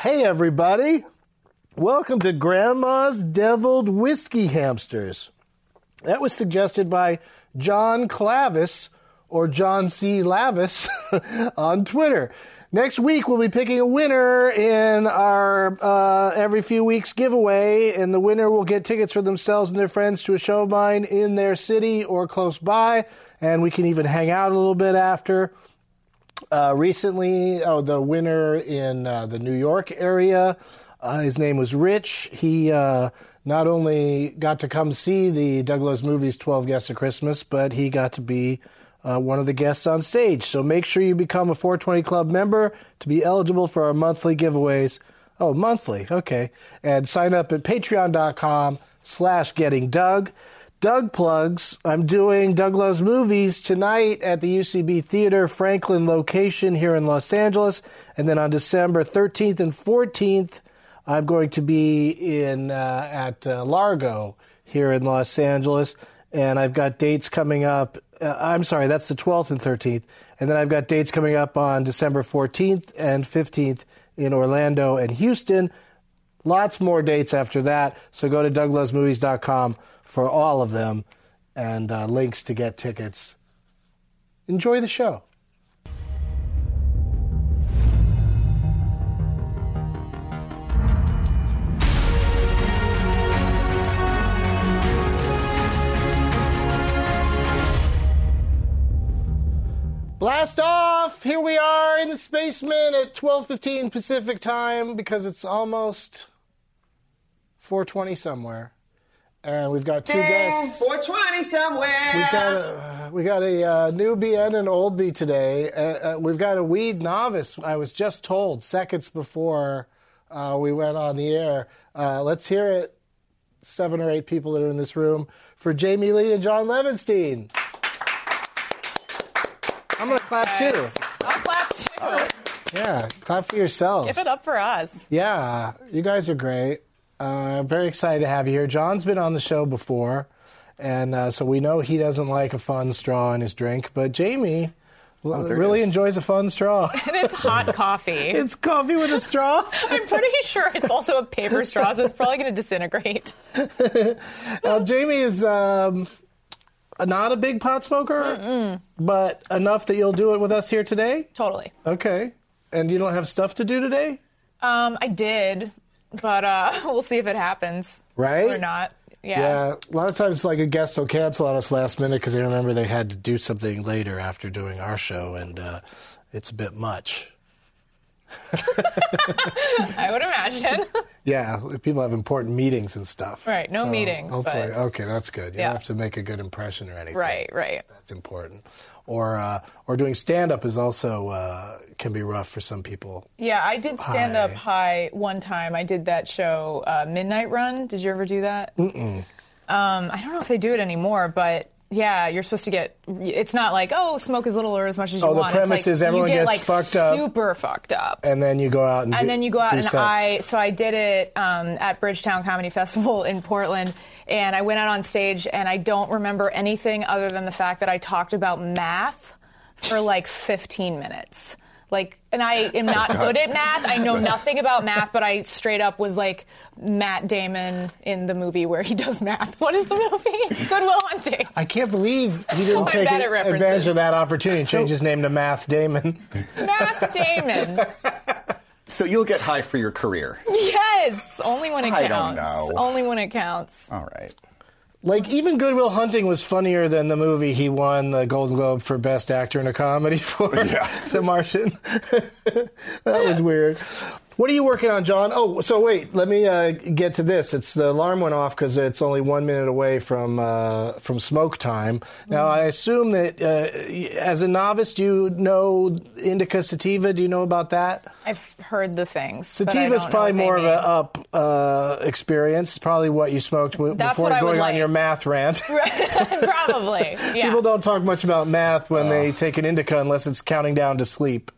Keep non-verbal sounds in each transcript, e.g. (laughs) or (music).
Hey, everybody. Welcome to Grandma's Deviled Whiskey Hamsters. That was suggested by John Clavis or John C. Lavis (laughs) on Twitter. Next week, we'll be picking a winner in our uh, every few weeks giveaway, and the winner will get tickets for themselves and their friends to a show of mine in their city or close by, and we can even hang out a little bit after uh, recently. Oh, the winner in uh, the New York area. Uh, his name was Rich. He uh, not only got to come see the Douglas movies 12 Guests of Christmas, but he got to be uh, one of the guests on stage. So make sure you become a 420 Club member to be eligible for our monthly giveaways. Oh, monthly. Okay. And sign up at patreon.com slash getting Doug. Doug plugs. I'm doing Doug Loves Movies tonight at the UCB Theater Franklin location here in Los Angeles. And then on December 13th and 14th, I'm going to be in uh, at uh, Largo here in Los Angeles. And I've got dates coming up. Uh, I'm sorry, that's the 12th and 13th. And then I've got dates coming up on December 14th and 15th in Orlando and Houston. Lots more dates after that. So go to douglovesmovies.com for all of them and uh, links to get tickets. Enjoy the show. Blast off! Here we are in the spaceman at 12:15 Pacific time because it's almost 4:20 somewhere, and we've got two guests. 420 somewhere. We've got a we got a uh, newbie and an oldie today. Uh, uh, we've got a weed novice. I was just told seconds before uh, we went on the air. Uh, let's hear it. Seven or eight people that are in this room for Jamie Lee and John Levinstein. I'm gonna clap too. I'll clap too. Yeah, clap for yourselves. Give it up for us. (laughs) Yeah, you guys are great. Uh, very excited to have you here. John's been on the show before, and uh, so we know he doesn't like a fun straw in his drink. But Jamie l- Oh, there it really is. enjoys a fun (laughs) straw. And it's hot coffee. it's coffee with a straw. (laughs) I'm pretty sure it's also a paper straw, so it's probably going to disintegrate. (laughs) Now, Uh, Jamie is um, not a big pot smoker, but enough that you'll do it with us here today. Totally. Okay, and you don't have stuff to do today, Um, I did, but uh, (laughs) we'll see if it happens right? or not. Yeah. Yeah, a lot of times, like a guest will cancel on us last minute because they remember they had to do something later after doing our show, and uh, it's a bit much. I (laughs) would imagine. Yeah, people have important meetings and stuff. Right, no meetings, Hopefully, but- okay, that's good. You Yeah. don't have to make a good impression or anything. right, right. that's important. Or uh, or doing stand up is also uh, can be rough for some people. Yeah, I did stand up high one time. I did that show, uh, Midnight Run. Did you ever do that? Mm-mm. Um, I don't know if they do it anymore, but yeah, you're supposed to get. It's not like oh, smoke as little or as much as you Oh, the want. premise it's like, is everyone you get, gets like, fucked up. super fucked up. And then you go out and and do- then you go out do and sets. I so I did it um, at Bridgetown Comedy Festival in Portland, and I went out on stage and I don't remember anything other than the fact that I talked about math for like 15 minutes. Like, and I am (laughs) not good at math. I know nothing about math, but I straight up was like Matt Damon in the movie where he does math. (laughs) What is the movie? Goodwill Hunting. I can't believe he didn't (laughs) I'm take bad at references. advantage of that opportunity and change his name to Math Damon. Matt (laughs) Damon. So you'll get high for your career. (laughs) Yes, only when it I counts. don't know. Only when it counts. All right. Like even Goodwill Hunting was funnier than the movie he won the Golden Globe for Best Actor in a Comedy (laughs) for, (laughs) Yeah. The Martian. that was weird. What are you working on, John? Oh, so wait, let me uh, get to this. It's the alarm went off because it's only one minute away from uh, from smoke time. Now, I assume that uh, as a novice, do you know indica sativa? Do you know about that? I've heard the things. Sativa is probably more of a up uh, experience. It's probably what you smoked w- That's before what I would going on like. your math rant. (laughs) a. (laughs) Probably. Yeah. People don't talk much about math when they take an indica unless it's counting down to sleep,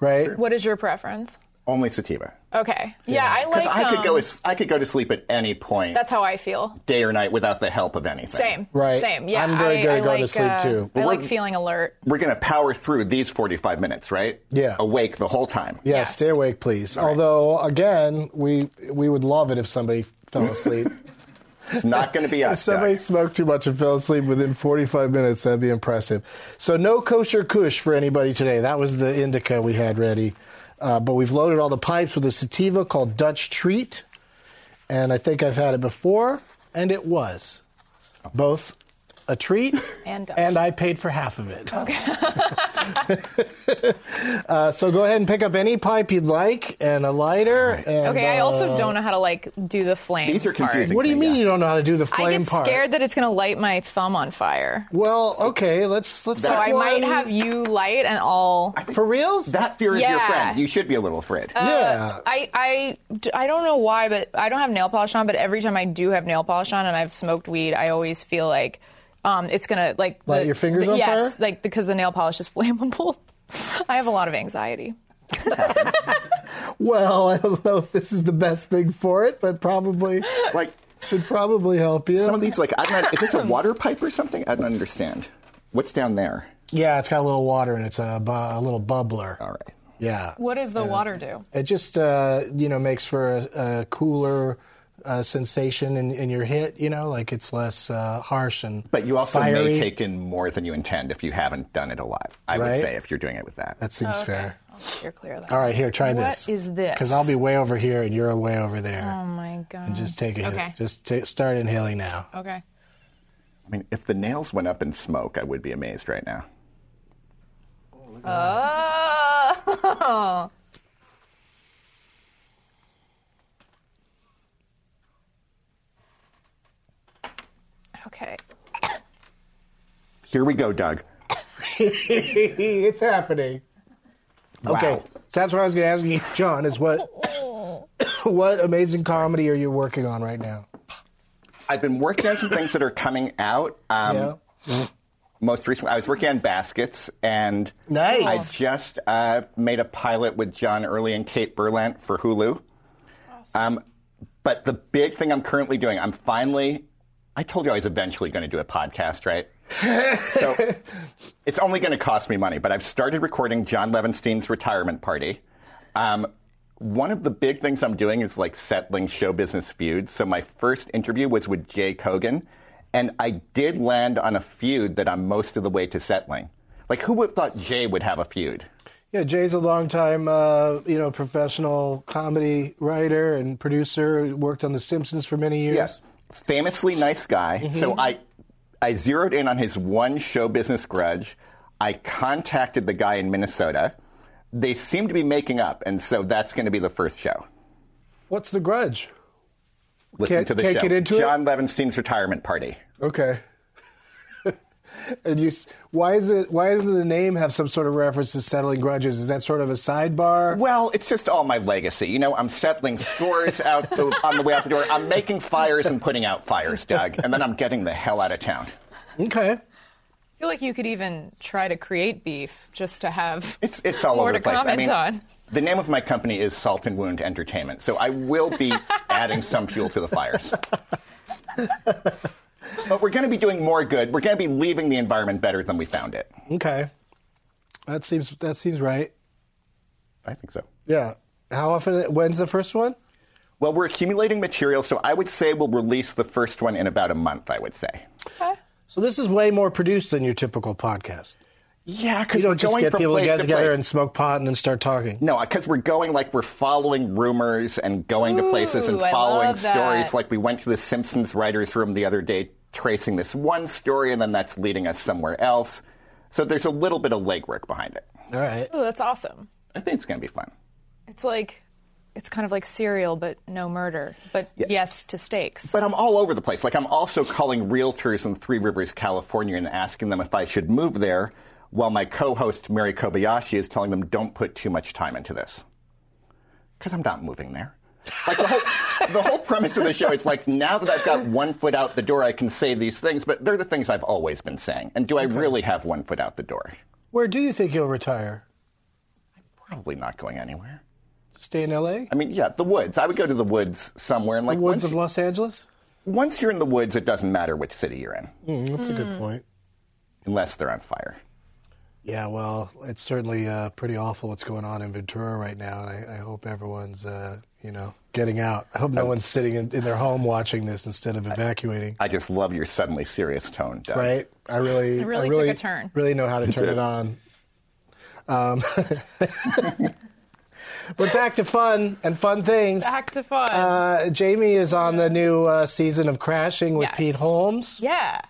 right? What is your preference? Only sativa. Okay. Yeah, I like. Because I could um, go as, I could go to sleep at any point, That's how I feel. day or night, without the help of anything. Same. Right. Same. Yeah. I'm very I, good I at going to like, sleep, uh, too. I like feeling alert. We're gonna power through these forty-five minutes, right? Yeah. Awake the whole time. Yeah, Yes. stay awake, please. Although, again, we we would love it if somebody fell asleep. It's not (laughs) gonna be if us. somebody Doug. smoked too much and fell asleep within 45 minutes, that'd be impressive. So, no kosher kush for anybody today. That was the indica we had ready. Uh, but we've loaded all the pipes with a sativa called Dutch Treat. And I think I've had it before, and it was both a treat (laughs) And Dutch. and I paid for half of it. (laughs) uh, so go ahead and pick up any pipe you'd like and a lighter. And, Okay. I uh, also don't know how to like do the flame. These are part. confusing. What do you thing, mean yeah. you don't know how to do the I flame get part? scared that it's gonna light my thumb on fire. Well, okay, let's let's. So So have I might one- have you light and I'll. for reals. That fear is your Yeah. Uh, friend. You should be a little afraid. yeah, I, I, I don't know why, but I don't have nail polish on. But every time I do have nail polish on and I've smoked weed, I always feel like um, it's gonna like Light your fingers on yes, fire? like because the nail polish is (laughs) flammable. I have a lot of anxiety. well, I don't know if this is the best thing for it, but probably like should probably help you. some of these, like I don't. Is (laughs) this a water pipe or something? I don't understand. What's down there? yeah, it's got a little water and it's a, bu- a little bubbler. All right. Yeah, What does the water do? it just uh, you know makes for a, a cooler. Uh, sensation in, in your hit, you know, like it's less uh, harsh and But you also fiery. may take in more than you intend if you haven't done it a lot. I Right. would say if you're doing it with that. That seems fair. I'll steer clear of that. All right, here, try What this. is this? Because I'll be way over here and you're way over there. Oh my god. Just take a hit. Okay. Just ta start inhaling now. Okay. I mean, if the nails went up in smoke, I would be amazed right now. (laughs) Oh. okay. Here we go, Doug. it's happening. Okay, Wow. so that's what I was going to ask you, John. Is what (coughs) what amazing comedy are you working on right now? I've been working on some things that are coming out. Um, Most recently, I was working on baskets, and Nice. I just uh, made a pilot with John Early and Kate Berlant for Hulu. Um, but the big thing I'm currently doing, I'm finally. I told you I was eventually going to do a podcast, (laughs) right? so it's only going to cost me money, but I've started recording John Levenstein's retirement party. Um, one of the big things I'm doing is like settling show business feuds. So my first interview was with Jay Kogan, and I did land on a feud that I'm most of the way to settling. Like, who would have thought Jay would have a feud? Yeah, Jay's a longtime uh, you know professional comedy writer and producer. Worked on The Simpsons for many years. Famously nice guy. So I, I zeroed in on his one show business grudge. I contacted the guy in Minnesota. They seem to be making up, and so that's going to be the first show. What's the grudge? Listen Can't- to the can't show. get into it? John Levenstein's retirement party. Okay. (laughs) and you, s- why is it? Why doesn't the name have some sort of reference to settling grudges? Is that sort of a sidebar? Well, it's just all my legacy. You know, I'm settling scores out the, on the way out the door. I'm making fires and putting out fires, Doug, and then I'm getting the hell out of town. Okay. I feel like you could even try to create beef just to have It's it's all more to over the place. comment I mean, on. (laughs) the name of my company is Salt and Wound Entertainment, so I will be adding some fuel to the fires. but we're going to be doing more good. We're going to be leaving the environment better than we found it. Okay. That seems that seems right. I think so. Yeah. How often? When's the first one? Well, we're accumulating material, so I would say we'll release the first one in about a month. I would say. So this is way more produced than your typical podcast. Yeah, because You we're don't just going get from people to place get to together place. and smoke pot and then start talking. No, because we're going like we're following rumors and going to places and Ooh, I following love that. stories. Like we went to the Simpsons writers' room the other day, tracing this one story, and then that's leading us somewhere else. So there's a little bit of legwork behind it. All right. Ooh, that's awesome. I think it's going to be fun. It's like it's kind of like cereal, but no murder. But yes to steaks. But I'm all over the place. Like I'm also calling realtors in Three Rivers, California, and asking them if I should move there, while my co-host Mary Kobayashi is telling them don't put too much time into this, because I'm not moving there. Like the whole the whole premise of the show is like now that I've got one foot out the door, I can say these things, but they're the things I've always been saying. And do I really have one foot out the door? Where do you think you'll retire? Probably not going anywhere. Stay in L.A. I mean, yeah, the woods. I would go to the woods somewhere and like Woods once- of Los Angeles. once you're in the woods, it doesn't matter which city you're in, Mm, that's a good point. unless they're on fire. Yeah, well, it's certainly uh, pretty awful what's going on in Ventura right now, and I, I hope everyone's, uh, you know, getting out. I hope no one's sitting in, in their home watching this instead of evacuating. I just love your suddenly serious tone, Doug. right? I really, It really I took really a turn. Really know how to turn did. it on. Um, (laughs) but back to fun and fun things. Back to fun. Uh, Jamie is on the new uh, season of Crashing with Yes. Pete Holmes. yeah.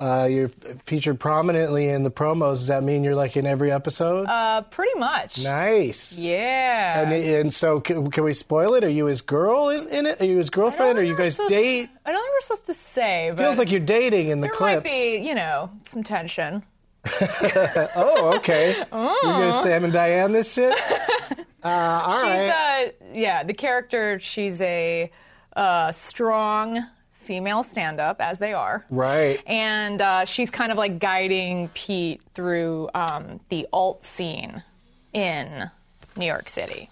Uh, you're f- featured prominently in the promos. Does that mean you're like in every episode? Uh, pretty much. nice. Yeah. And, and so, can, can we spoil it? Are you his girl in, in it? Are you his I don't girlfriend? Are think you we're guys supposed- date? I don't think we're supposed to say, but Feels like you're dating in the there clips. might be, you know, some tension. Oh, okay. You're gonna Sam and Diane this (laughs) shit? Uh, all Mm. She's right. a yeah, the character. She's a uh, strong female stand-up, as they are. Right. And uh, she's kind of like guiding Pete through um, the alt scene in New York City,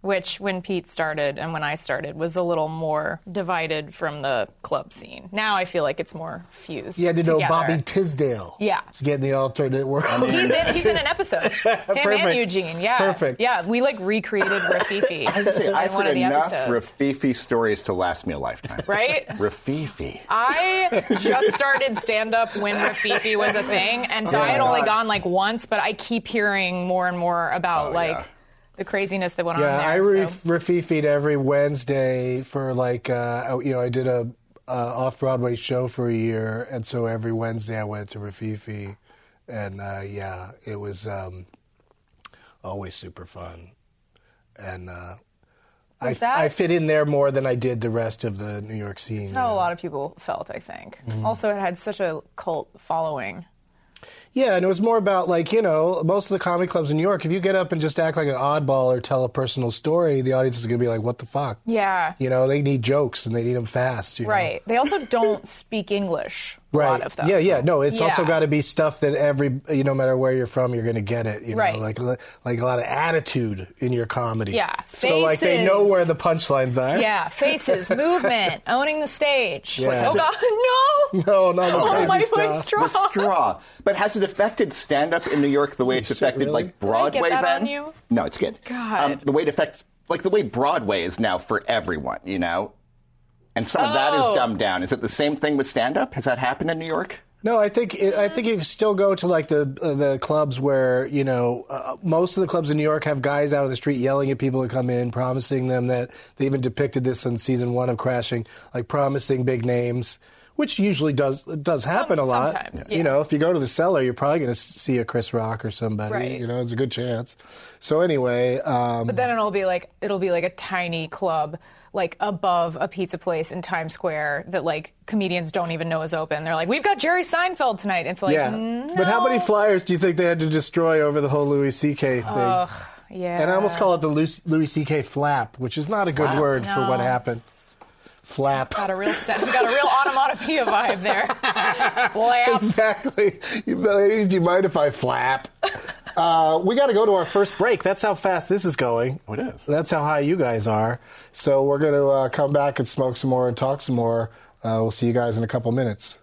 which when Pete started and when I started was a little more divided from the club scene. Now I feel like it's more fused. You had to know together. Bobby Tisdale. Yeah. To get in the alternate world. He's in, he's in (laughs) an episode. Him Perfect. and Eugene, yeah. Perfect. Yeah, we like recreated (laughs) Rafifi (laughs) I say, in I've one heard of the enough episodes. Rafifi stories to last me a lifetime. (laughs) Right? Rafifi. (laughs) I just started stand up when Rafifi was a thing, and Oh so I had only gone like once, but I keep hearing more and more about Oh, like yeah. the craziness that went yeah, I on there. re- so. refified every Wednesday for like, uh, oh, you know, I did a uh, off Broadway show for a year, and so every Wednesday I went to Rafifi, and uh, yeah, it was um, always super fun, and uh, I, that- I fit in there more than I did the rest of the New York scene. you know. How a lot of people felt, I think. Mm. Also, it had such a cult following. Yeah, and it was more about like you know most of the comedy clubs in New York. If you get up and just act like an oddball or tell a personal story, the audience is going to be like, "What the fuck?" Yeah. You know, they need jokes and they need them fast. you know? Right. They also don't speak English. Right. A lot of them. Yeah, yeah. No, it's also Yeah. got to be stuff that every you no matter where you're from, you're going to get it. You know, Right. like like a lot of attitude in your comedy. Yeah. So like they Faces. know where the punchlines are. (laughs) Yeah, faces, movement, owning the stage. It's Yeah. Like, oh God, (laughs) no! No, not the Oh crazy my stuff. foot's The strong. straw. But has it affected stand up in New York the way it's affected really? like I get Broadway that then? on you? No, it's good. Um, God. the way it affects like the way Broadway is now for everyone, you know? And some of that Oh. is dumbed down. Is it the same thing with stand up? Has that happened in New York? No, I think it, I think you still go to like the uh, the clubs where you know uh, most of the clubs in New York have guys out on the street yelling at people to come in, promising them that they even depicted this in season one of Crashing, like promising big names, which usually does does happen a lot. sometimes, You yeah. know, if you go to the cellar, you're probably going to see a Chris Rock or somebody. Right. You know, it's a good chance. So anyway, um, But then it'll be like it'll be like a tiny club, like above a pizza place in Times Square that like comedians don't even know is open. They're like, we've got Jerry Seinfeld tonight. It's like, yeah. "Mm, But how many no." flyers do you think they had to destroy over the whole Louis C.K. thing? Yeah, And I almost call it the Louis, Louis C.K. flap, which is not a good word for what No. happened. Flap. got a real set, we got a real onomatopoeia vibe there. Flap. (laughs) exactly. You, ladies, do you mind if I flap? uh, we got to go to our first break. That's how fast this is going. Oh, it is. That's how high you guys are. So we're going to uh, come back and smoke some more and talk some more. Uh, we'll see you guys in a couple minutes.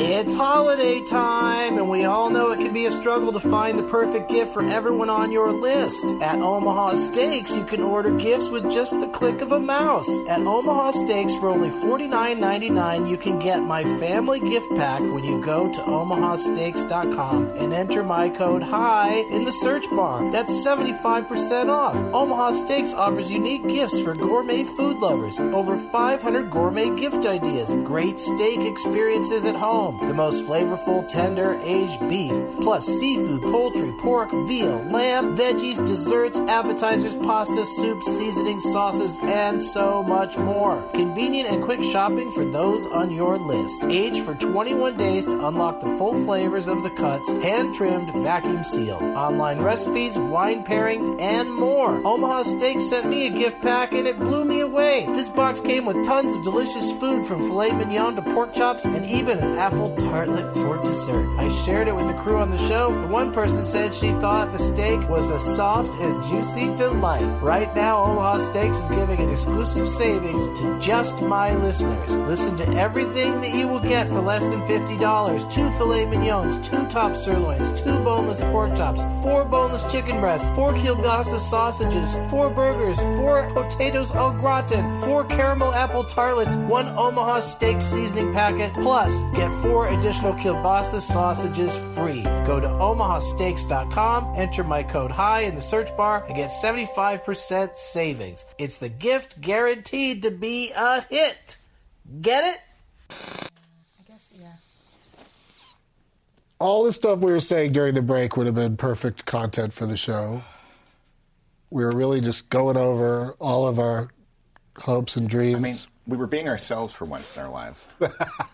It's holiday time, and we all know it can be a struggle to find the perfect gift for everyone on your list. At Omaha Steaks, you can order gifts with just the click of a mouse. At Omaha Steaks, for only $49.99, you can get my family gift pack when you go to omahasteaks.com and enter my code HI in the search bar. That's 75% off. Omaha Steaks offers unique gifts for gourmet food lovers. Over 500 gourmet gift ideas, great steak experiences, is at home. The most flavorful, tender, aged beef, plus seafood, poultry, pork, veal, lamb, veggies, desserts, appetizers, pasta, soups, seasonings, sauces, and so much more. Convenient and quick shopping for those on your list. Age for 21 days to unlock the full flavors of the cuts, hand trimmed, vacuum sealed. Online recipes, wine pairings, and more. Omaha Steak sent me a gift pack and it blew me away. This box came with tons of delicious food from filet mignon to pork chops and even an apple tartlet for dessert. I shared it with the crew on the show, and one person said she thought the steak was a soft and juicy delight. Right now, Omaha Steaks is giving an exclusive savings to just my listeners. Listen to everything that you will get for less than $50 two filet mignons, two top sirloins, two boneless pork chops, four boneless chicken breasts, four kielbasa sausages, four burgers, four potatoes au gratin, four caramel apple tartlets, one Omaha steak seasoning packet, plus get four additional kielbasa sausages free. Go to omahasteaks.com, enter my code HIGH in the search bar, and get 75% savings. It's the gift guaranteed to be a hit. Get it? all the stuff we were saying during the break would have been perfect content for the show. We were really just going over all of our hopes and dreams. I mean, we were being ourselves for once in our lives.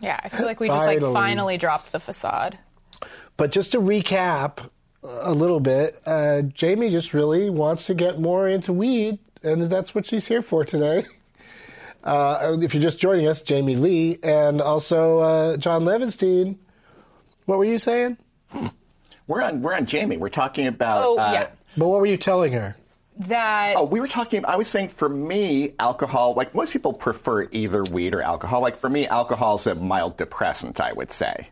Yeah, I feel like we just like Finally. finally dropped the facade. But just to recap a little bit, uh, Jamie just really wants to get more into weed, and that's what she's here for today. (laughs) Uh, if you're just joining us, Jamie Lee and also uh, John Levinstein. What were you saying? We're on we're on Jamie. We're talking about Oh, uh, yeah. But what were you telling her? That Oh, we were talking. I was saying for me, alcohol, like most people prefer either weed or alcohol. Like for me, alcohol is a mild depressant, I would say.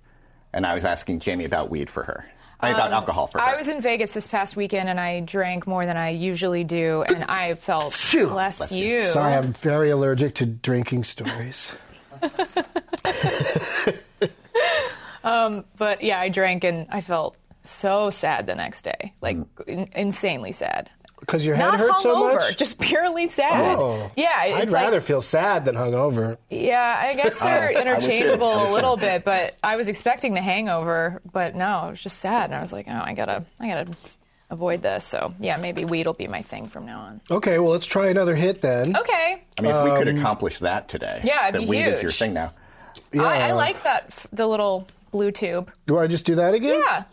And I was asking Jamie about weed for her. I mean, about alcohol for her. Um, I was in Vegas this past weekend and I drank more than I usually do, and I felt bless, you. Sorry, I'm very allergic to drinking stories. But yeah, I drank and I felt so sad the next day, like in- insanely sad. Because your head Not hurts so hungover, much? just purely sad. Oh. Yeah, I'd it's like- rather feel sad than hungover. Yeah, I guess they're I would too. interchangeable I would a too. little bit, but I was expecting the hangover, but no, it was just sad, and I was like, oh, I gotta, I gotta avoid this. So yeah, maybe weed will be my thing from now on. Okay, well, let's try another hit then. Okay, I mean, if we could Um, accomplish that today, yeah, it'd that be weed is your huge. thing now. I, I like that f- the little blue tube. Do I just do that again? Yeah,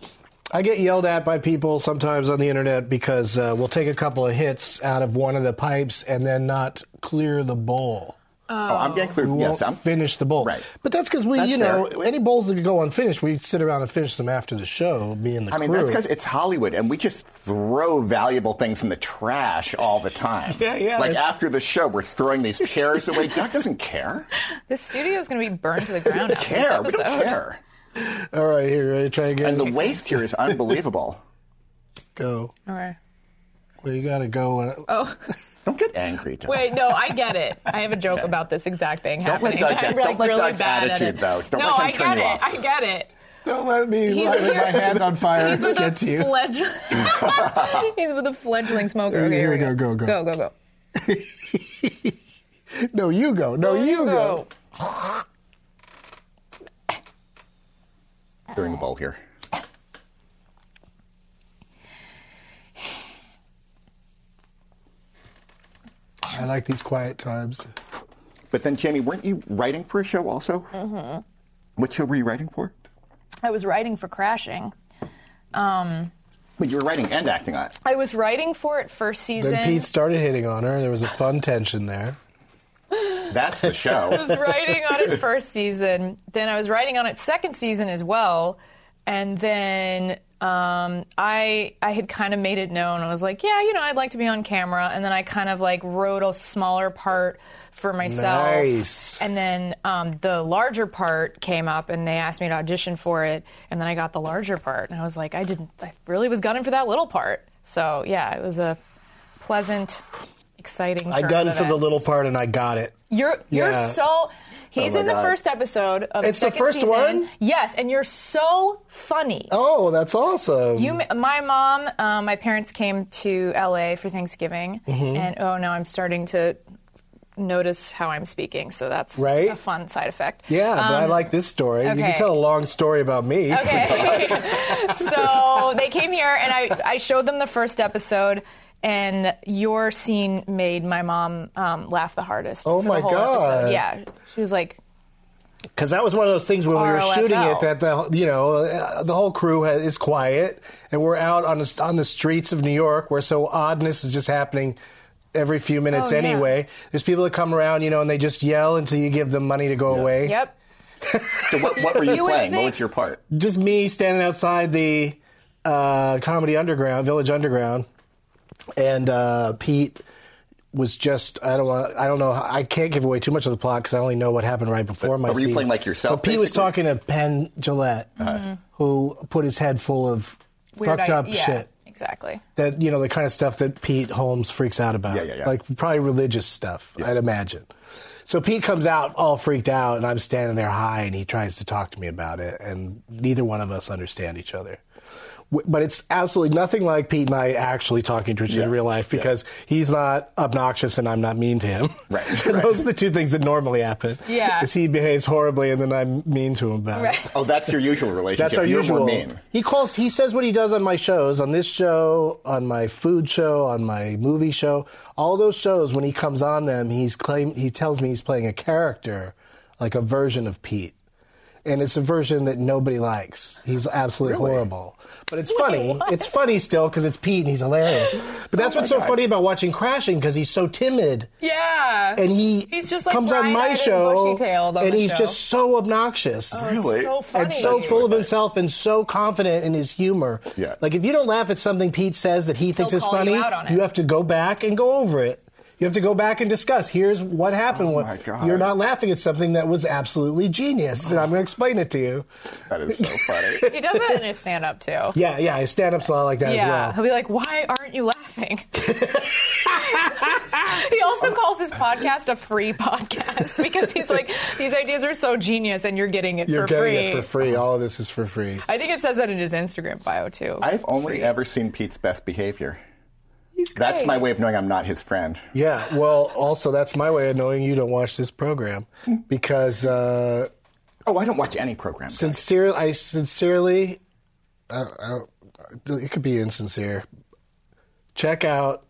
I get yelled at by people sometimes on the internet because uh, we'll take a couple of hits out of one of the pipes and then not clear the bowl. Oh, I'm getting clear. We Yes, won't I'm finish the bowl. Right. But that's because we, That's you know, any bowls that go unfinished, we sit around and finish them after the show, me and the I mean, crew. that's because it's Hollywood, and we just throw valuable things in the trash all the time. (laughs) Yeah, yeah, Like that's- after the show, we're throwing these chairs away. Doug doesn't care. this studio is gonna be burned to the ground after (laughs) this Care? (laughs) We episode. don't care. All right, here, ready? Try again. And the waste here is unbelievable. go. All right. Well, you got to go. Oh. Don't get angry, Doug. Wait, no, I get it. I have a joke about this exact thing Don't let happening. Doug- I'm don't like let really Doug's bad attitude, at it. though. Don't no, let him I turn get you it. off. I get (laughs) it. Don't let me He's light here- my hand on fire (laughs) He's and with get a you. fledgling. (laughs) He's with a fledgling smoker. Okay, Here here we we go, go, go. Go, go, go. No, you go. Oh, No, you go. During the bowl here. I like these quiet times. But then, Jamie, weren't you writing for a show also? Mm-hmm. What show were you writing for? I was writing for Crashing. Um, But you were writing and acting on it. I was writing for it first season. Then Pete started hitting on her. There was a fun tension there. That's the I show. was writing on it first season. Then I was writing on it second season as well. And then um, I I had kind of made it known. I was like, yeah, you know, I'd like to be on camera. And then I kind of like wrote a smaller part for myself. Nice. And then um, the larger part came up, and they asked me to audition for it. And then I got the larger part, and I was like, I didn't. I really was gunning for that little part. So yeah, it was a pleasant, exciting. I turn of gunned for the events. little part and I got it. You're you're Yeah. Oh so. He's my in the God. first episode of It's the second first season. one? Yes, and you're so funny. Oh, that's awesome. You, ma- my mom, um, Mm-hmm. my parents came to LA for Thanksgiving, and oh no, I'm starting to notice how I'm speaking, so that's Right? a fun side effect. Yeah, but I Um, like this story. You can okay. tell a long story about me. (laughs) Okay. so they came here, and I, I showed them the first episode, and your scene made my mom um, laugh the hardest. Oh for my the whole God. Episode. Yeah, she was like, Because that was one of those things when we were ROFL. shooting it that the you know uh, the whole crew ha is quiet and we're out on the, on the streets of New York where so oddness is just happening every few minutes Oh, yeah. anyway. There's people that come around you know and they just yell until you give them money to go away. "Yep." So what, what were you, You would playing? What think- was your part? Just me standing outside the uh, comedy underground Village Underground and uh, Pete was just I don't want I don't know I can't give away too much of the plot because I only know what happened right before But- my but were you scene. playing, like, yourself, But Pete was basically? talking to Penn Gillette, who put his head full of Weird fucked I- up yeah, shit. Exactly. That you know the kind of stuff that Pete Holmes freaks out about. Yeah, yeah, yeah. Like probably religious stuff, I'd imagine. So Pete comes out all freaked out, and I'm standing there high, and he tries to talk to me about it, and neither one of us understand each other. W- But it's absolutely nothing like Pete and I actually talking to each other in Yeah. real life because he's not obnoxious and I'm not mean to him. (laughs) Right, And right. Those are the two things that normally happen. Yeah. Is he behaves horribly and then I'm mean to him about it. Right. Oh, that's your usual relationship. That's our You're usual. More mean. He calls. He says what he does on my shows, on this show, on my food show, on my movie show. All those shows, when he comes on them, he's claim. He tells me he's playing a character, like a version of Pete, and it's a version that nobody likes. He's absolutely horrible, but it's funny. it's funny still because it's Pete and he's hilarious. But Oh that's what's so funny about watching Crashing because he's so timid Yeah. and he He's just, like, comes on my bright-eyed and show bushy-tailed on and the he's show. Oh, just so obnoxious Really? so funny. and so full of himself and so confident in his humor. Yeah. Like if you don't laugh at something Pete says that he thinks He'll is call funny, you out on it. have to go back and go over it. You have to go back and discuss. Here's what happened. Oh my God. You're not laughing at something that was absolutely genius, and I'm going to explain it to you. That is so (laughs) funny. He does that in his stand up too. Yeah. (laughs) Yeah, yeah. His stand-up's a lot like that as He'll well. be like, why aren't you laughing? (laughs) he also calls his podcast a free podcast (laughs) because he's like, these ideas are so genius and you're getting it You're for getting free. it for free. All of this is for free. I think it says that in his Instagram bio too. I've only Free. ever seen Pete's best behavior. He's great. That's my way of knowing I'm not his friend. Yeah. Well, also that's my way of knowing you don't watch this program because uh, Oh, I don't watch any program. sincerely, I sincerely, I, I, it could be insincere. Check out,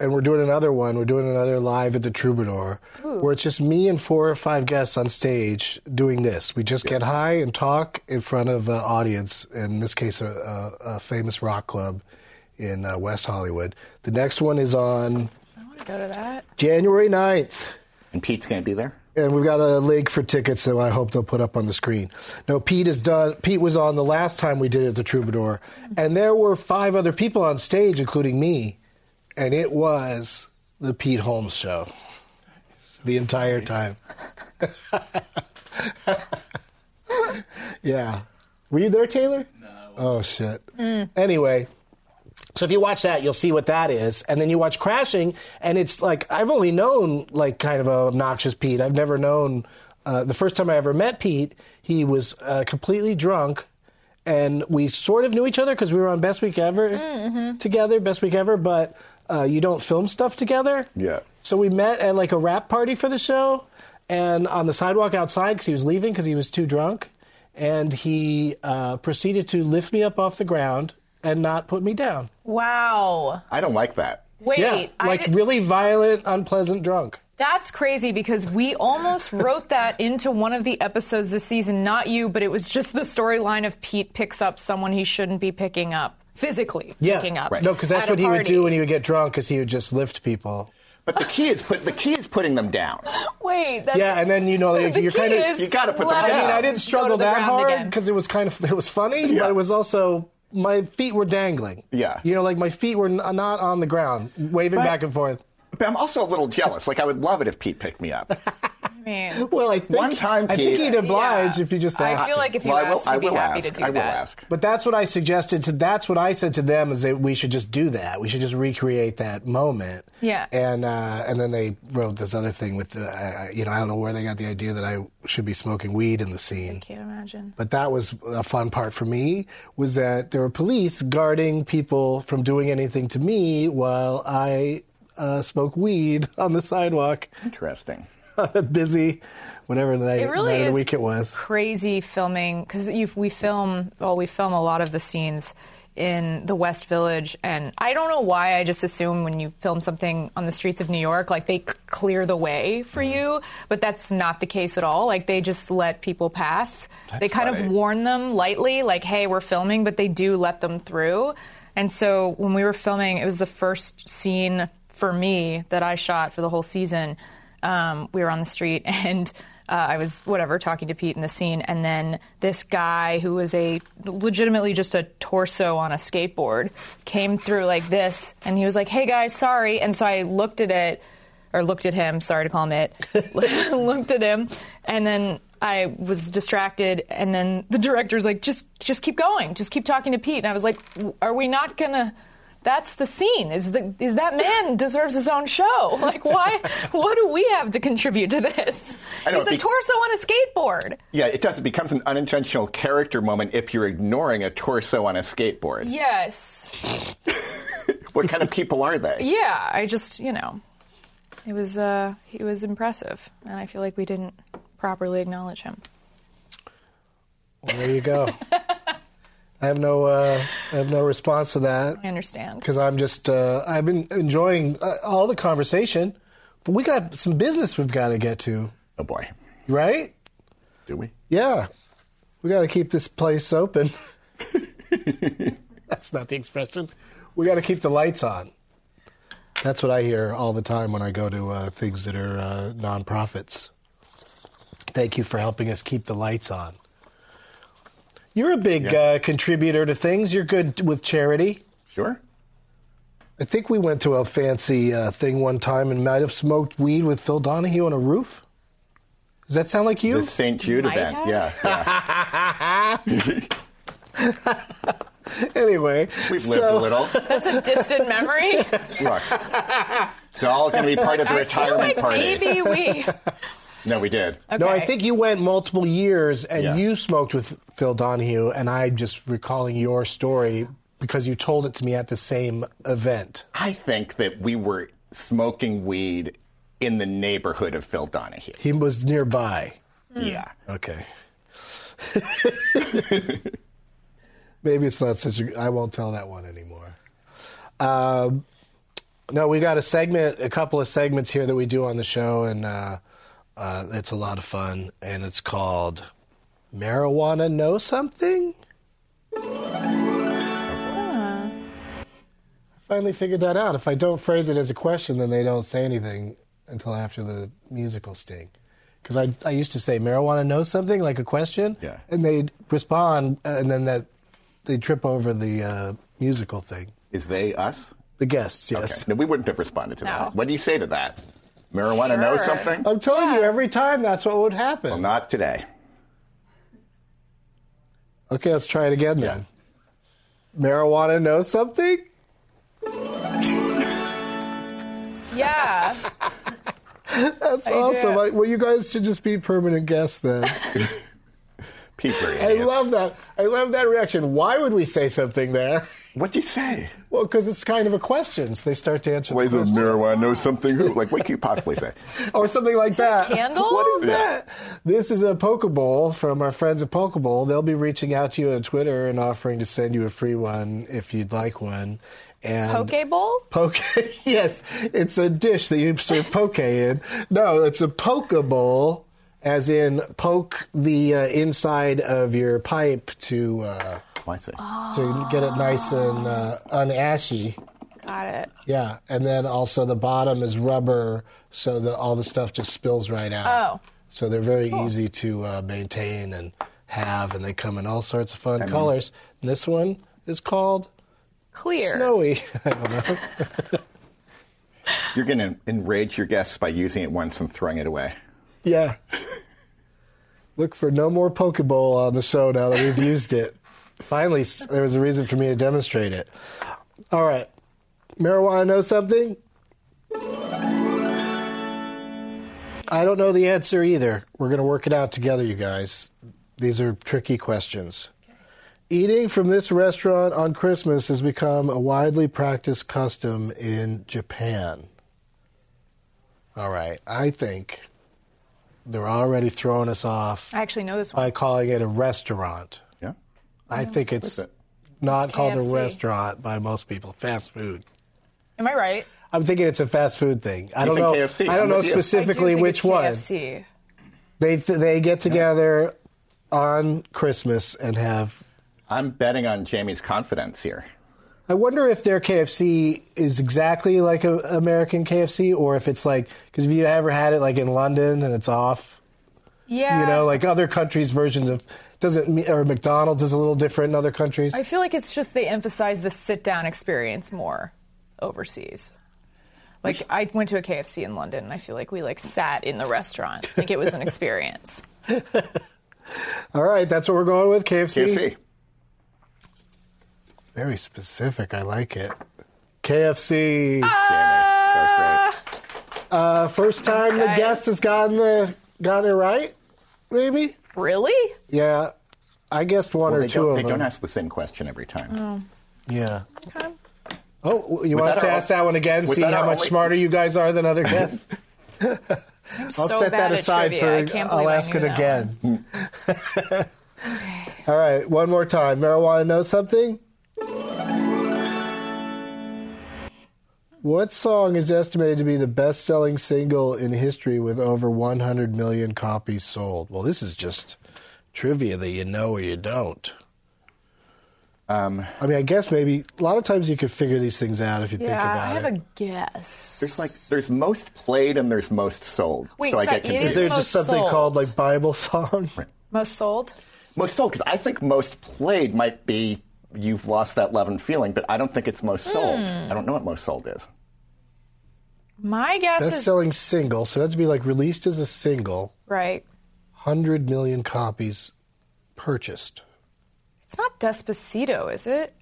and we're doing another one. We're doing another live at the Troubadour, where it's just me and four or five guests on stage doing this. We just get high and talk in front of an audience. In this case, a, a, a famous rock club in uh, West Hollywood. The next one is on I want to go to that. January 9th and Pete's going to be there. and we've got a link for tickets that I hope they'll put up on the screen. No, Pete is done. Pete was on the last time we did it at the Troubadour, and there were five other people on stage, including me, and it was the Pete Holmes show the entire time. (laughs) yeah, were you there, Taylor? No. Oh shit. Anyway. So if you watch that, you'll see what that is, and then you watch Crashing, and it's like I've only known like kind of a obnoxious Pete. I've never known. Uh, the first time I ever met Pete, he was uh, completely drunk, and we sort of knew each other because we were on Best Week Ever together, Best Week Ever. But uh, you don't film stuff together. Yeah. So we met at like a rap party for the show, and on the sidewalk outside because he was leaving because he was too drunk, and he uh, proceeded to lift me up off the ground and not put me down. Wow. I don't like that. Wait. yeah, I like did- really violent, unpleasant drunk. That's crazy because we almost wrote that into one of the episodes this season. Not you, but it was just the storyline of Pete picks up someone he shouldn't be picking up physically. Yeah, Picking up. no, because that's at a what he would party. do when he would get drunk, because he would just lift people. But the key is put the key is putting them down. Wait. That's, Yeah, and then, you (laughs) know, the like, you're key kinda- is You gotta put let them it I down. mean, I Oh, go didn't to struggle the that ground hard again. because it was kind of it was funny, Yeah. but it was also my feet were dangling. Yeah. you know, like my feet were n- uh, not on the ground, waving But- back and forth. But I'm also a little jealous. Like I would love it if Pete picked me up. I (laughs) mean, Well, I think One time, I think Pete- he'd oblige yeah. if you just asked. I feel like if you Well, asked, I you'd will, be I will happy ask. to do I will that. ask. But that's what I suggested to. That's what I said to them is that we should just do that. We should just recreate that moment. Yeah. And uh, and then they wrote this other thing with the I, I- you know I don't know where they got the idea that I should be smoking weed in the scene. Can't imagine. But that was a fun part for me was that there were police guarding people from doing anything to me while I uh, smoke weed (laughs) on the sidewalk (laughs) Interesting. on a busy, whatever night, It really night of the is week it was. crazy filming because we film well, we film a lot of the scenes in the West Village, and I don't know why I just assume when you film something on the streets of New York, like they c- clear the way for you, but that's not the case at all. Like they just let people pass. they kind right. of warn them lightly, like hey, we're filming, but they do let them through. And so when we were filming, it was the first scene for me that I shot for the whole season. Um, we were on the street (laughs) and uh, I was, whatever, talking to Pete in the scene. And then this guy who was a legitimately just a torso on a skateboard came through like this and he was like, hey guys, sorry. And so I looked at it or looked at him, sorry to call him it, (laughs) looked at him, and then I was distracted, and then the director was like, just, just keep going, just keep talking to Pete, and I was like, "W- are we not gonna? That's the scene. Is the is that man deserves his own show? (laughs) Like, why? what do we have to contribute to this? I know, He's a be- torso on a skateboard. Yeah, it does. It becomes an unintentional character moment if you're ignoring a torso on a skateboard. Yes. What kind of people are they? (laughs) Yeah. I just, you know, it was uh, it was impressive, and I feel like we didn't properly acknowledge him. Well, there you go. I have no, uh, I have no response to that. (laughs) I understand. because I'm just uh, I've been enjoying uh, all the conversation, but we got some business we've got to get to, Oh boy, right? do we? Yeah, we got to keep this place open. (laughs) That's not the expression. We got to keep the lights on. That's what I hear all the time when I go to uh, things that are uh, nonprofits. Thank you for helping us keep the lights on. You're a big Yeah. uh, contributor to things. You're good with charity. Sure. I think we went to a fancy uh, thing one time and might have smoked weed with Phil Donahue on a roof. Does that sound like you? The St. Jude Might event. have. Yeah, (laughs) yeah. (laughs) anyway, We've lived so a little. That's a (laughs) distant memory. Look, (laughs) it's all going to be part of the I feel retirement like party. maybe we. No, we did. (laughs) no, I Okay. think you went multiple years and Yeah. you smoked with Phil Donahue, and I'm just recalling your story because you told it to me at the same event. I think that we were smoking weed in the neighborhood of Phil Donahue. He was nearby. Hmm. Yeah. Okay. (laughs) Maybe it's not such a. I won't tell that one anymore. Um, no, we got a segment, a couple of segments here that we do on the show, and uh, uh, it's a lot of fun, and it's called Marijuana Know Something? I finally figured that out. If I don't phrase it as a question, then they don't say anything until after the musical sting. Because I, I used to say marijuana knows something like a question, Yeah. and they'd respond, uh, and then that they trip over the uh, musical thing. Is (laughs) they us? The guests, yes. Okay. No, we wouldn't have responded to No. that. What do you say to that? Marijuana knows Sure. something? I'm telling you, every time that's what would happen. Well, not today. Okay, let's try it again then. Marijuana knows something? Yeah. That's do awesome. it. I, well, you guys should just be permanent guests (laughs) then. People are I idiots. love that. I love that reaction. Why would we say something there? (laughs) What'd you say? Well, because it's kind of a question, so they start to answer the Blaze of question. marijuana knows something who? Like, what could you (laughs) possibly say? Or something like that. candle? What is Yeah. that? This is a Pokeball from our friends at Pokeball. They'll be reaching out to you on Twitter and offering to send you a free one if you'd like one. And Poke bowl? Poke. (laughs) yes, it's a dish that you serve poke in. No, it's a poke bowl, as in poke the uh, inside of your pipe to uh, Oh, I see. to get it nice and uh, unashy. Got it. Yeah, and then also the bottom is rubber, so that all the stuff just spills right out. Oh. So they're very easy to uh, maintain and have, and they come in all sorts of fun colors. And this one is called Clear. snowy. You're going to enrage your guests by using it once and throwing it away. Yeah. Look for no more Pokeball on the show now that we've used it. Finally, s- there was a reason for me to demonstrate it. All right. Marijuana knows something? I don't know the answer either. We're going to work it out together, you guys. These are tricky questions. Eating from this restaurant on Christmas has become a widely practiced custom in Japan. All right. I think they're already throwing us off I actually know this one. by calling it a restaurant. Yeah. I think it's not It's called a KFC. restaurant by most people. Fast food. Am I right? I'm thinking it's a fast food thing. I don't think know. KFC? I don't I'm know with you. I do specifically I do think which it's one. KFC. They th- they get together on Christmas and have. I'm betting on Jamie's confidence here. I wonder if their KFC is exactly like a American KFC, or if it's like because if you ever had it like in London and it's off, Yeah. you know, like other countries' versions of doesn't me- or McDonald's is a little different in other countries. I feel like it's just they emphasize the sit down experience more overseas. Like I went to a KFC in London and I feel like we like sat in the restaurant. Like it was (laughs) an experience. All right, that's what we're going with KFC. KFC. Very specific. I like it. KFC. That was great. Uh, first time the guys. guest has gotten the gotten it right, maybe. Really? Yeah, I guessed one or Well, they 2 don't, of they them. Oh. don't ask the same question every time. Yeah. Okay. Oh, w- you Was want that us to our- ask that one again? was See that how our much only- smarter you guys are than (laughs) other guests. I'm I'll so set bad that at aside trivia. I for. can't believe I'll I ask it knew that again. (laughs) All right, one more time. Marijuana know something? What song is estimated to be the best-selling single in history with over 100 million copies sold? Well, this is just trivia that you know or you don't. Um, I mean, I guess maybe a lot of times you can figure these things out if you one. think Yeah, about I have it. a guess. there's like there's most played and there's most sold. Wait, so I sorry, get it confused. is there most just something sold. called like Bible (laughs) song? Most sold? Most sold, because I think most played might be you've lost that love and feeling, but I don't think it's most sold. Hmm. I don't know what most sold is. My guess Best is selling single, so that's be like released as a single, right. 100 million copies purchased. It's not Despacito, is it?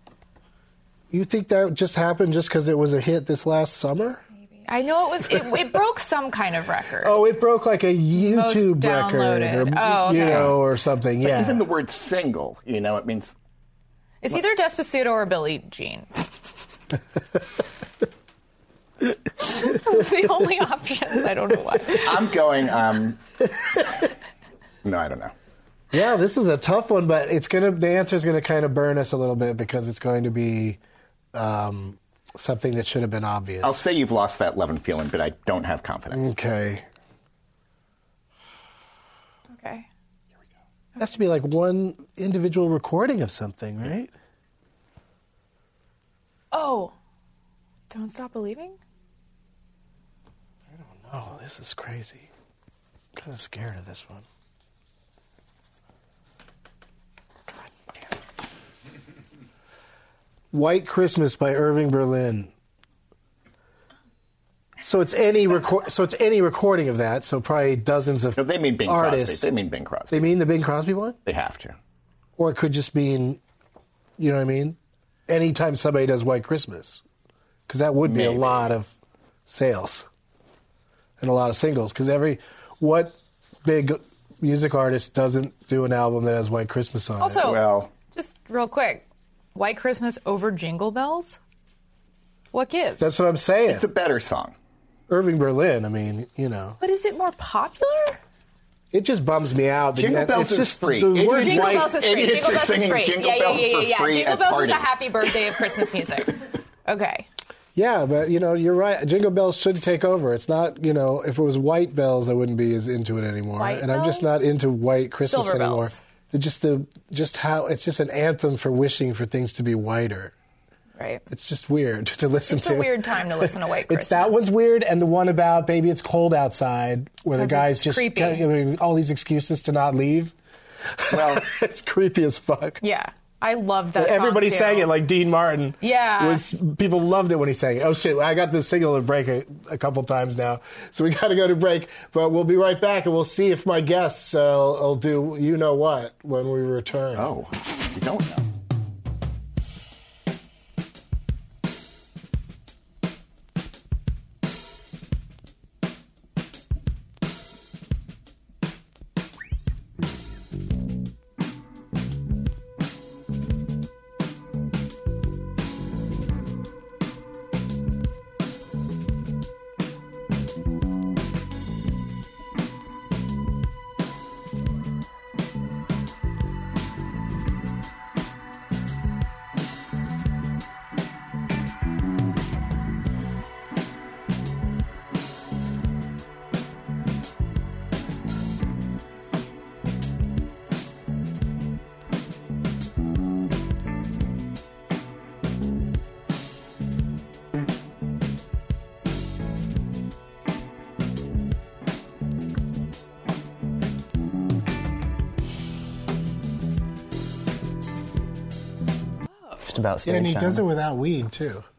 You think that just happened just because it was a hit this last summer? I know it was. It, it broke some kind of record. (laughs) Oh, it broke like a YouTube record downloaded. or Oh, you okay. know or something. Yeah. Even the word single, you know, it means It's either Despacito or Billie (laughs) Jean. (laughs) the only options. I don't know why. I'm going. (laughs) Um, no, I don't know. yeah, this is a tough one, but it's gonna the answer is gonna kind of burn us a little bit because it's going to be um, something that should have been obvious. I'll say you've lost that love and feeling, but I don't have Mm. confidence. okay, Okay. has to be like one individual recording of something, right? Oh, don't stop believing. Oh, this is crazy. I'm kind of scared of this one. God damn. White Christmas by Irving Berlin. So it's any record. So it's any recording of that. So probably dozens of No, they mean Bing artists. Crosby. They mean Bing Crosby. They mean the Bing Crosby one, They have to. or it could just mean, you know what I mean? Anytime somebody does White Christmas, because that would be a Maybe. lot of sales and a lot of singles. Because every what big music artist doesn't do an album that has White Christmas on it? Also, Well, just real quick, White Christmas over Jingle Bells. What gives? That's what I'm saying. it's a better song. Irving Berlin. I mean, you know, but is it more popular? it just bums me out. that Jingle that- Bells it's is just free. The It word is Jingle White- Bells is free. idiots Jingle are Bells is singing free. Jingle yeah, yeah, Bells yeah, yeah, for yeah. free Jingle at Bells parties. is the happy birthday of Christmas (laughs) music. Okay. Yeah, but you know, you're right. Jingle bells should take over. It's not, you know, if it was white bells, I wouldn't be as into it anymore. White and I'm just bells? not into white Christmas Silver anymore. bells. The- just the just how it's just an anthem for wishing for things to be whiter. Right. It's just weird (laughs) to listen It's to. a weird time to listen to White Christmas. It's that one's weird, and the one about baby, it's cold outside, where the 'Cause guys it's just creepy. I mean, all these excuses to not leave. Well, (laughs) it's creepy as fuck. Yeah, I love that. song, Everybody too. sang it like Dean Martin. Yeah. was people loved it when he sang it. Oh shit! I got the signal to break a, a couple times now, so we (laughs) got to go to break. But we'll be right back, and we'll see if my guests uh, will do you know what when we return. oh, you don't know. just about stage Yeah, and he does it time. without weed too. (laughs)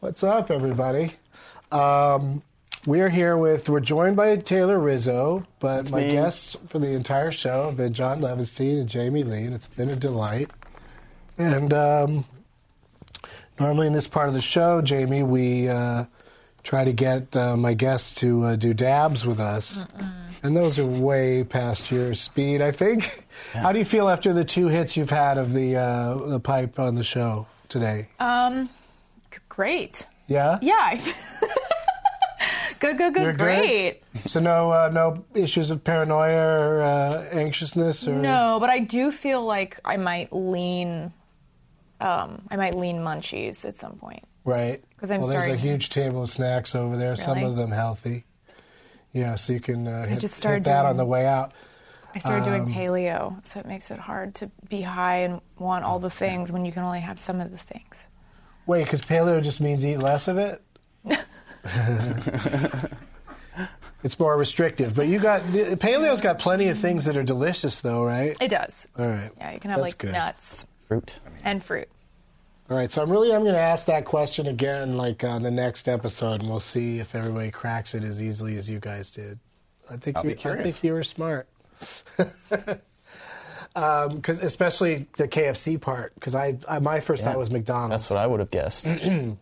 What's up, everybody? Um, we are here with we're joined by Taylor Rizzo, but my me. guests for the entire show have been John Levinstein and Jamie Lee, and it's been a delight. And um, normally in this part of the show, Jamie, we uh, try to get uh, my guests to uh, do dabs with us. And those are way past your speed, I think. How do you feel after the two hits you've had of the uh, the pipe on the show today? Um, Great. yeah. Uh, Yeah. I- (laughs) good, good, good, You're good? great. So no uh, no issues of paranoia or uh, anxiousness or No, but I do feel like I might lean. Um, I might lean munchies at some point. right. 'Cause I'm well, there's a starting- huge table of snacks over there. Some Really? of them healthy. Yeah, so you can uh, hit, just hit started that doing- on the way out. I started doing paleo, so it makes it hard to be high and want all the things when you can only have some of the things. Wait, because paleo just means eat less of it. it's more restrictive, but you got paleo's got plenty of things that are delicious, though, right? It does. All right. Yeah, you can have Uh, That's like good. nuts Fruit. and fruit. All right, so I'm really I'm going to ask that question again, like on the next episode, and we'll see if everybody cracks it as easily as you guys did. I think I'll you, I be curious. think you were smart, (laughs) um, 'cause- especially the KFC part. Because I, I my first thought was McDonald's. That's what I would have guessed. (clears throat)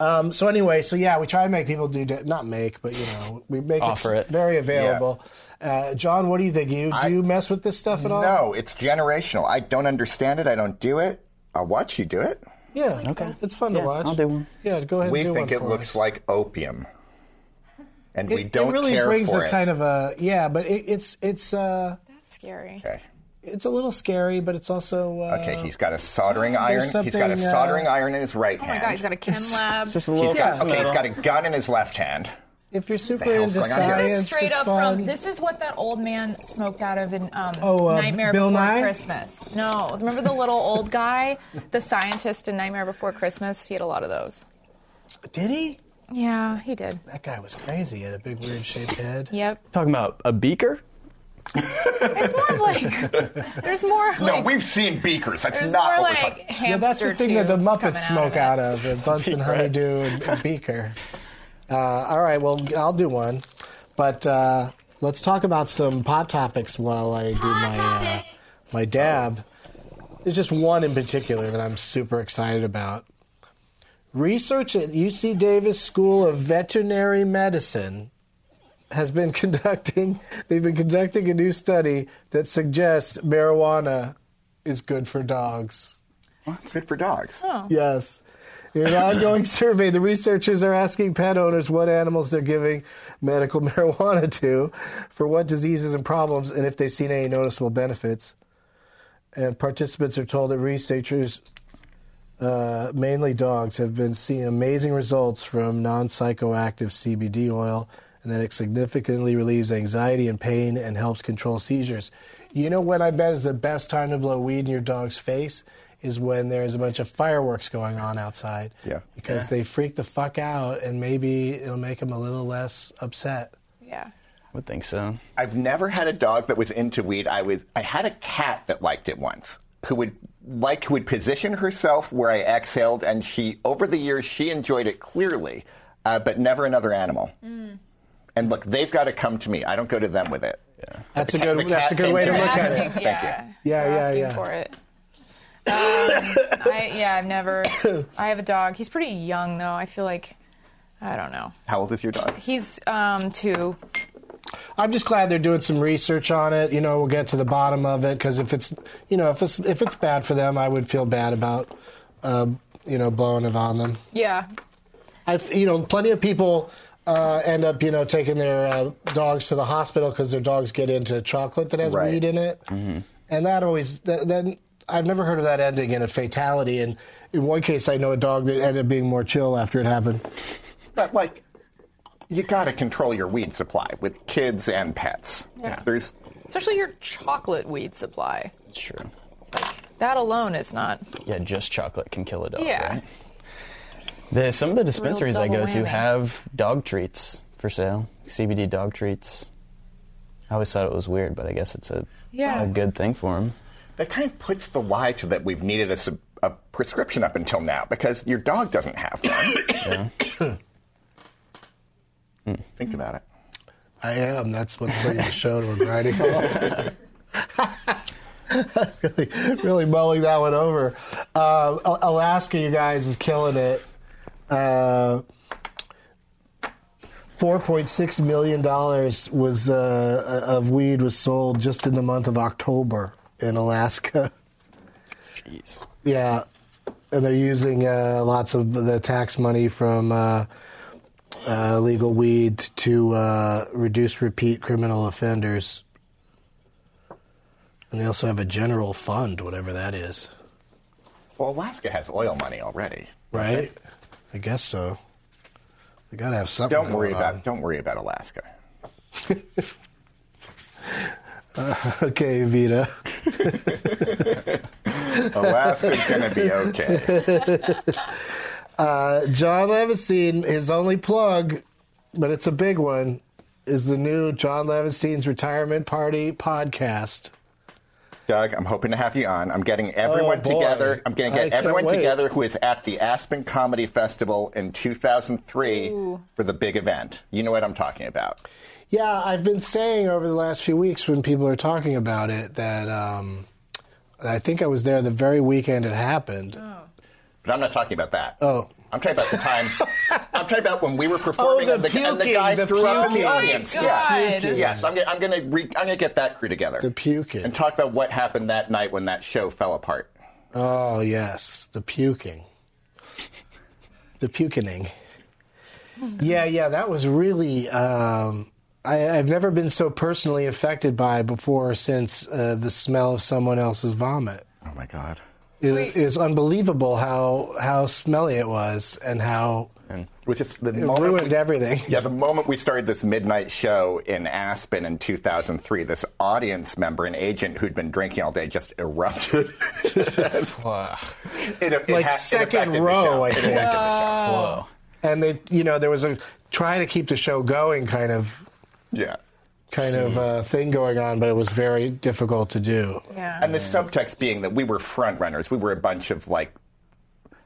Um, so anyway, so yeah, we try to make people do da- not make, but you know, we make Offer it it. very available. Uh, John, what do you think? You do you mess with this stuff at all? No, it's generational. I don't understand it. I don't do it. I'll watch you do it. Yeah, okay, it's fun Yeah, to watch. I'll do one. Yeah, go ahead. We and do think one it for looks us. like opium, and we It- don't it really care brings for a it. kind of a yeah, but it, it's it's uh That's scary. okay. it's a little scary, but it's also uh, Okay, he's got a soldering iron. there's He's got a something, uh, soldering iron in his right Oh my hand. god, he's got a chem lab. It's just a He's little. got- okay, he's got a gun in his left hand. if you're super The hell's into going on here? science, This This is straight it's up fun. from. This is what that old man smoked out of in um, Oh, uh, Nightmare Bill Before Nye? Christmas. No, remember the little old guy, the scientist in Nightmare Before Christmas? He had a lot of those. Did he? Yeah, he did. That guy was crazy. He had a big weird shaped head. Yep. Talking about a beaker. It's (laughs) more of like there's more. Like, No, we've seen beakers. That's there's not more what we're like talking. hamster Yeah, that's the thing that the tubes coming Muppets smoke it. out of, and Bunsen Honeydew and, and Beaker. Uh, all right, well, I'll do one, but uh, let's talk about some pot topics while I do my uh, my dab. There's just one in particular that I'm super excited about. Research at UC Davis School of Veterinary Medicine has been (laughs) conducting they've been conducting a new study that suggests marijuana is good for dogs. It's good for dogs. Yes. In an ongoing survey, the researchers are asking pet owners what animals they're giving medical (laughs) marijuana to, for what diseases and problems, and if they've seen any noticeable benefits. And participants are told that researchers, uh, mainly dogs, have been seeing amazing results from non psychoactive CBD oil, and that it significantly relieves anxiety and pain and helps control seizures. You know when I bet is the best time to blow weed in your dog's face? Is when there's a bunch of fireworks going on outside. Yeah. Because they freak the fuck out, and maybe it'll make them a little less upset. Yeah. I would think so. I've never had a dog that was into weed. I was I had a cat that liked it once, who would like who would position herself where I exhaled, and she over the years she enjoyed it clearly, uh, but never another animal. Hmm. And look, they've got to come to me. I don't go to them with it. That's a The cat- good. the That's a cat good came way to to look me. at it. Asking, Thank yeah. Yeah, We're yeah, asking yeah. For (laughs) it. Um, I, yeah, I've never. I have a dog. He's pretty young though. I feel like, I don't know. How old is your dog? He's um, two. I'm just glad they're doing some research on it. You know, we'll get to the bottom of it because if it's, you know, if it's if it's bad for them, I would feel bad about, um, you know, blowing it on them. Yeah. I've, you know, plenty of people uh, end up, you know, taking their uh, dogs to the hospital because their dogs get into chocolate that has Right. weed in it, and that always that, then. I've never heard of that ending in a fatality. And in one case, I know a dog that ended up being more chill after it happened. But like, you got to control your weed supply with kids and pets. Yeah. There's Especially your chocolate weed supply. It's true. Like, that alone is not. Yeah, just chocolate can kill a dog. Yeah. Right? The, some of the real dispensaries I go double to whammy. have dog treats for sale. CBD dog treats. I always thought it was weird, but I guess it's a, Yeah. a good thing for him. That kind of puts the lie to that we've needed a, sub- a prescription up until now because your dog doesn't have one. (coughs) Hmm. Think about it. I am. That's what's bringing the show to a grinding halt. (laughs) really, really mulling that one over. Uh, Al- Alaska, you guys, is killing it. Uh, $4.6 million was, uh, of weed was sold just in the month of October in Alaska. Jeez. Yeah, and they're using uh, lots of the tax money from uh, uh, legal weed to uh, reduce repeat criminal offenders. And they also have a general fund, whatever that is, Well, Alaska has oil money already. right? I guess so. They gotta have something. Don't worry going Oh, on. about don't worry about Alaska. (laughs) Okay, Vita. Alaska's gonna (laughs) be okay. Uh, John Levesine, his only plug, but it's a big one, is the new John Levesine's Retirement Party podcast. Doug, I'm hoping to have you on. I'm getting everyone Oh, boy. together. I'm going to I get can't everyone wait. together who is at the Aspen Comedy Festival in 2003 for the big event. You know what I'm talking about. Yeah, I've been saying over the last few weeks when people are talking about it that um, I think I was there the very weekend it happened. But I'm not talking about that. Oh. I'm talking about the time. (laughs) I'm talking about when we were performing the and, the, and the puking, guy the threw up in puking. the Oh my audience. God. Yes. Puking. Yes. I'm, gonna- I'm going to re- I'm going to get that crew together. The puking. And talk about what happened that night when that show fell apart. Oh, yes, the puking. The pukening. Yeah, yeah, that was really. Um, I, I've never been so personally affected by before or since uh, the smell of someone else's vomit. Oh my god. It is unbelievable how how smelly it was and how It was just the it moment ruined we- everything. Yeah, the moment we started this midnight show in Aspen in 2003, this audience member, an agent who'd been drinking all day, just erupted. (laughs) It- it Like ha- it second affected the row, show. I It think. affected the show. Whoa. and they you know there was a trying to keep the show going kind of Yeah. kind of uh, thing going on but it was very difficult to do Yeah. And the subtext being that we were front runners. We were a bunch of like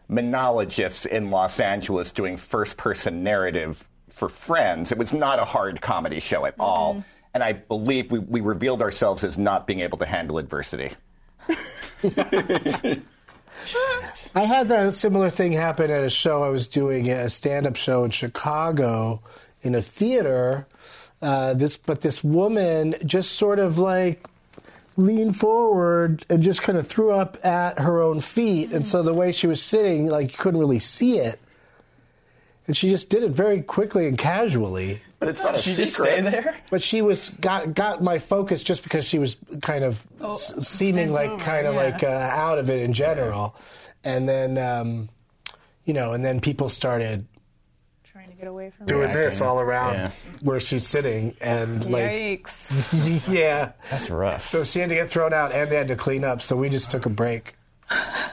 monologists in Los Angeles doing first person narrative for friends. It was not a hard comedy show at all. And I believe we, we revealed ourselves as not being able to handle adversity. i had that similar thing happen at a show i was doing a stand-up show in chicago in a theater uh, this but this woman just sort of like leaned forward and just kind of threw up at her own feet and so the way she was sitting like you couldn't really see it and she just did it very quickly and casually But it's not a She secret. just stay there? But she was got got my focus just because she was kind of s- seeming like kind of like uh, out of it in general, and then um, you know, and then people started Trying to get away from doing Reacting. this all around Yeah. where she's sitting, and like (laughs) Yikes. yeah, That's rough. so she had to get thrown out, and they had to clean up, so we just took a break.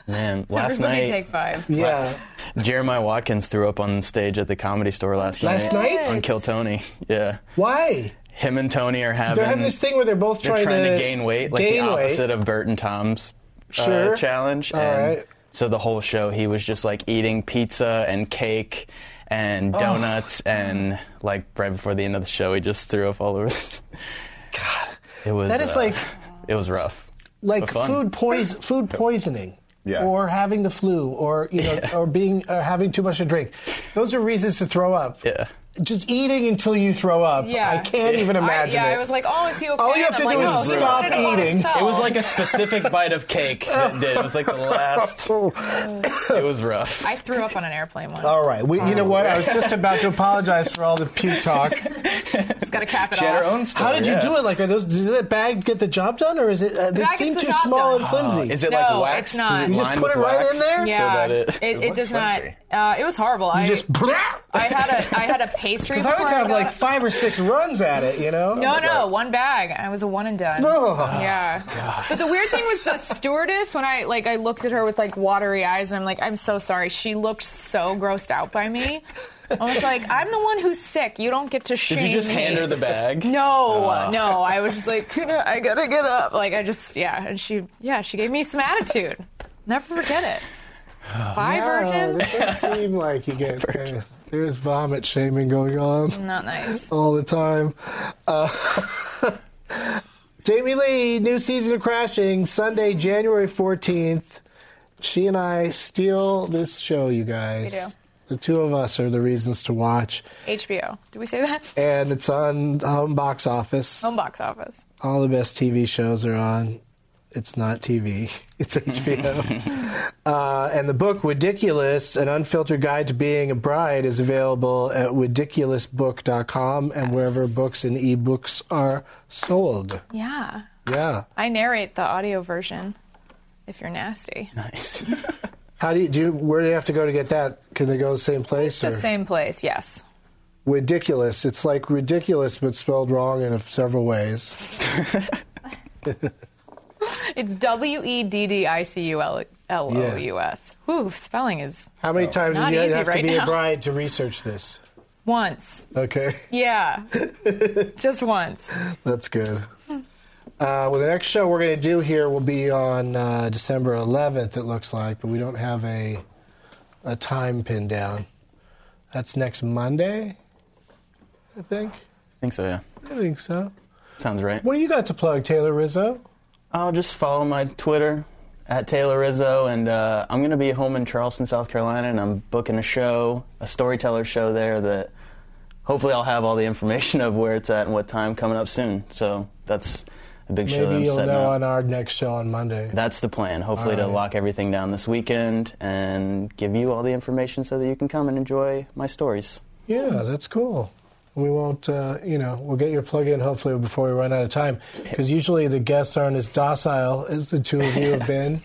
Man, last Everybody night take five. Yeah, Jeremiah Watkins threw up on stage at the comedy store last night. last night. on Kill Tony. (laughs) Yeah. Why Him and Tony are having they're having this thing where they're both they're trying, to, gain weight, like gain the weight. opposite of Bert and Tom's uh, Sure. challenge. All and right. so the whole show he was just like eating pizza and cake and Oh. donuts and like right before the end of the show he just threw up all over (laughs) this. God. It was That is uh, like- it was rough. like fun. food poison, food poisoning, Yeah. or having the flu, or (laughs) you know, or being or having too much to drink. Those are reasons to throw up. Yeah. Just eating until you throw up. Yeah. I can't even imagine I, yeah, it. I was like, oh, is he okay? All you have And to I'm do like, "Oh, is no, he stop wanted to go eating. himself. It was like a specific bite (laughs) of cake that did. It was like the last. Oh. It was rough. I threw up on an airplane once. all right, we, you know what? I was just about to apologize for all the puke (laughs) talk. Just got to cap it She off. had her own story. How did you yeah. do it? Like, are those? Does that bag get the job done, or is it? Uh, they bag seem gets the too job small done. and flimsy. Is it No, like wax? it's not. Does it You just line put with it right wax? in there? Yeah, So that it. it, it looks does not. fancy. (laughs) Uh, it was horrible. I just I had a I had a (laughs) pastry. Because I always before have got like it. five or six runs at it, you know? Oh. No, no, one bag. I was a one and done. No. Oh, Yeah. But the weird thing was the stewardess. When I like, I looked at her with like watery eyes, and I'm like, I'm so sorry. She looked so grossed out by me. I was like, I'm the one who's sick. You don't get to shame Did you just me. hand her the bag? Oh. No, no. I was just like, "Can I I gotta get up. Like, I just, yeah. And she, yeah, she gave me some attitude. Never forget (sighs) it. Bye, Oh, virgin. it does seem like you get there is vomit shaming going on Not nice. all the time. Uh, (laughs) Jamie Lee, new season of Crashing, Sunday, January 14th. She and I steal this show, you guys. We do. The two of us are the reasons to watch, HBO. Did we say that? Eh. and it's on Home Box Office. Home box office. All the best TV shows are on. It's not TV, (laughs) it's HBO. (laughs) uh, and the book, Ridiculous An Unfiltered Guide to Being a Bride, is available at ridiculousbook.com and wherever books and ebooks are sold. Yeah. Yeah. I narrate the audio version. If you're nasty, (laughs) Nice. How do you, do you- where do you have to go to get that? Can they go to the same place? the Or? same place. Yes. Ridiculous. It's like ridiculous, but spelled wrong in several ways. It's W E D D I C U L L O U S. Whew, spelling is How many times Oh. Not did you easy have to right be a now. bride to research this? once. Okay. (laughs) Yeah. Just once. That's good. Uh, well, the next show we're going to do here will be on uh, December 11th, it looks like, but we don't have a a time pinned down. That's next Monday, I think. think so, yeah. I think so. Sounds right. What do you got to plug, Taylor Rizzo? I'll just follow my Twitter at Taylor Rizzo, and uh, I'm going to be home in Charleston, South Carolina, and I'm booking a show, a storyteller show there that hopefully I'll have all the information of where it's at and what time coming up soon. So that's a big show that Maybe I'm you'll setting know up. on our next show on Monday. That's the plan. Hopefully to lock everything down this weekend and give you all the information so that you can come and enjoy my stories. Yeah, that's cool. We won't, uh, you know, we'll get your plug in hopefully before we run out of time because usually the guests aren't as docile as the two of you have been.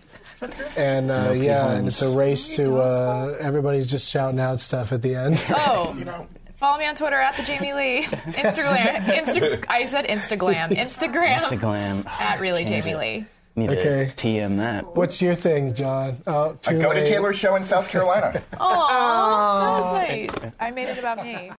And uh, yeah, and it's a race to uh, everybody's just shouting out stuff at the end. Oh. Follow me on Twitter at the Jamie Lee. Instagram. Insta- I said Instagram. Instagram. Instagram. At really Change Jamie it. Lee. (sighs) Need Okay. to TM that. What's your thing, John? Oh, too Go to late. (laughs) Taylor's show in South Carolina. Oh, that was nice. I made it about me.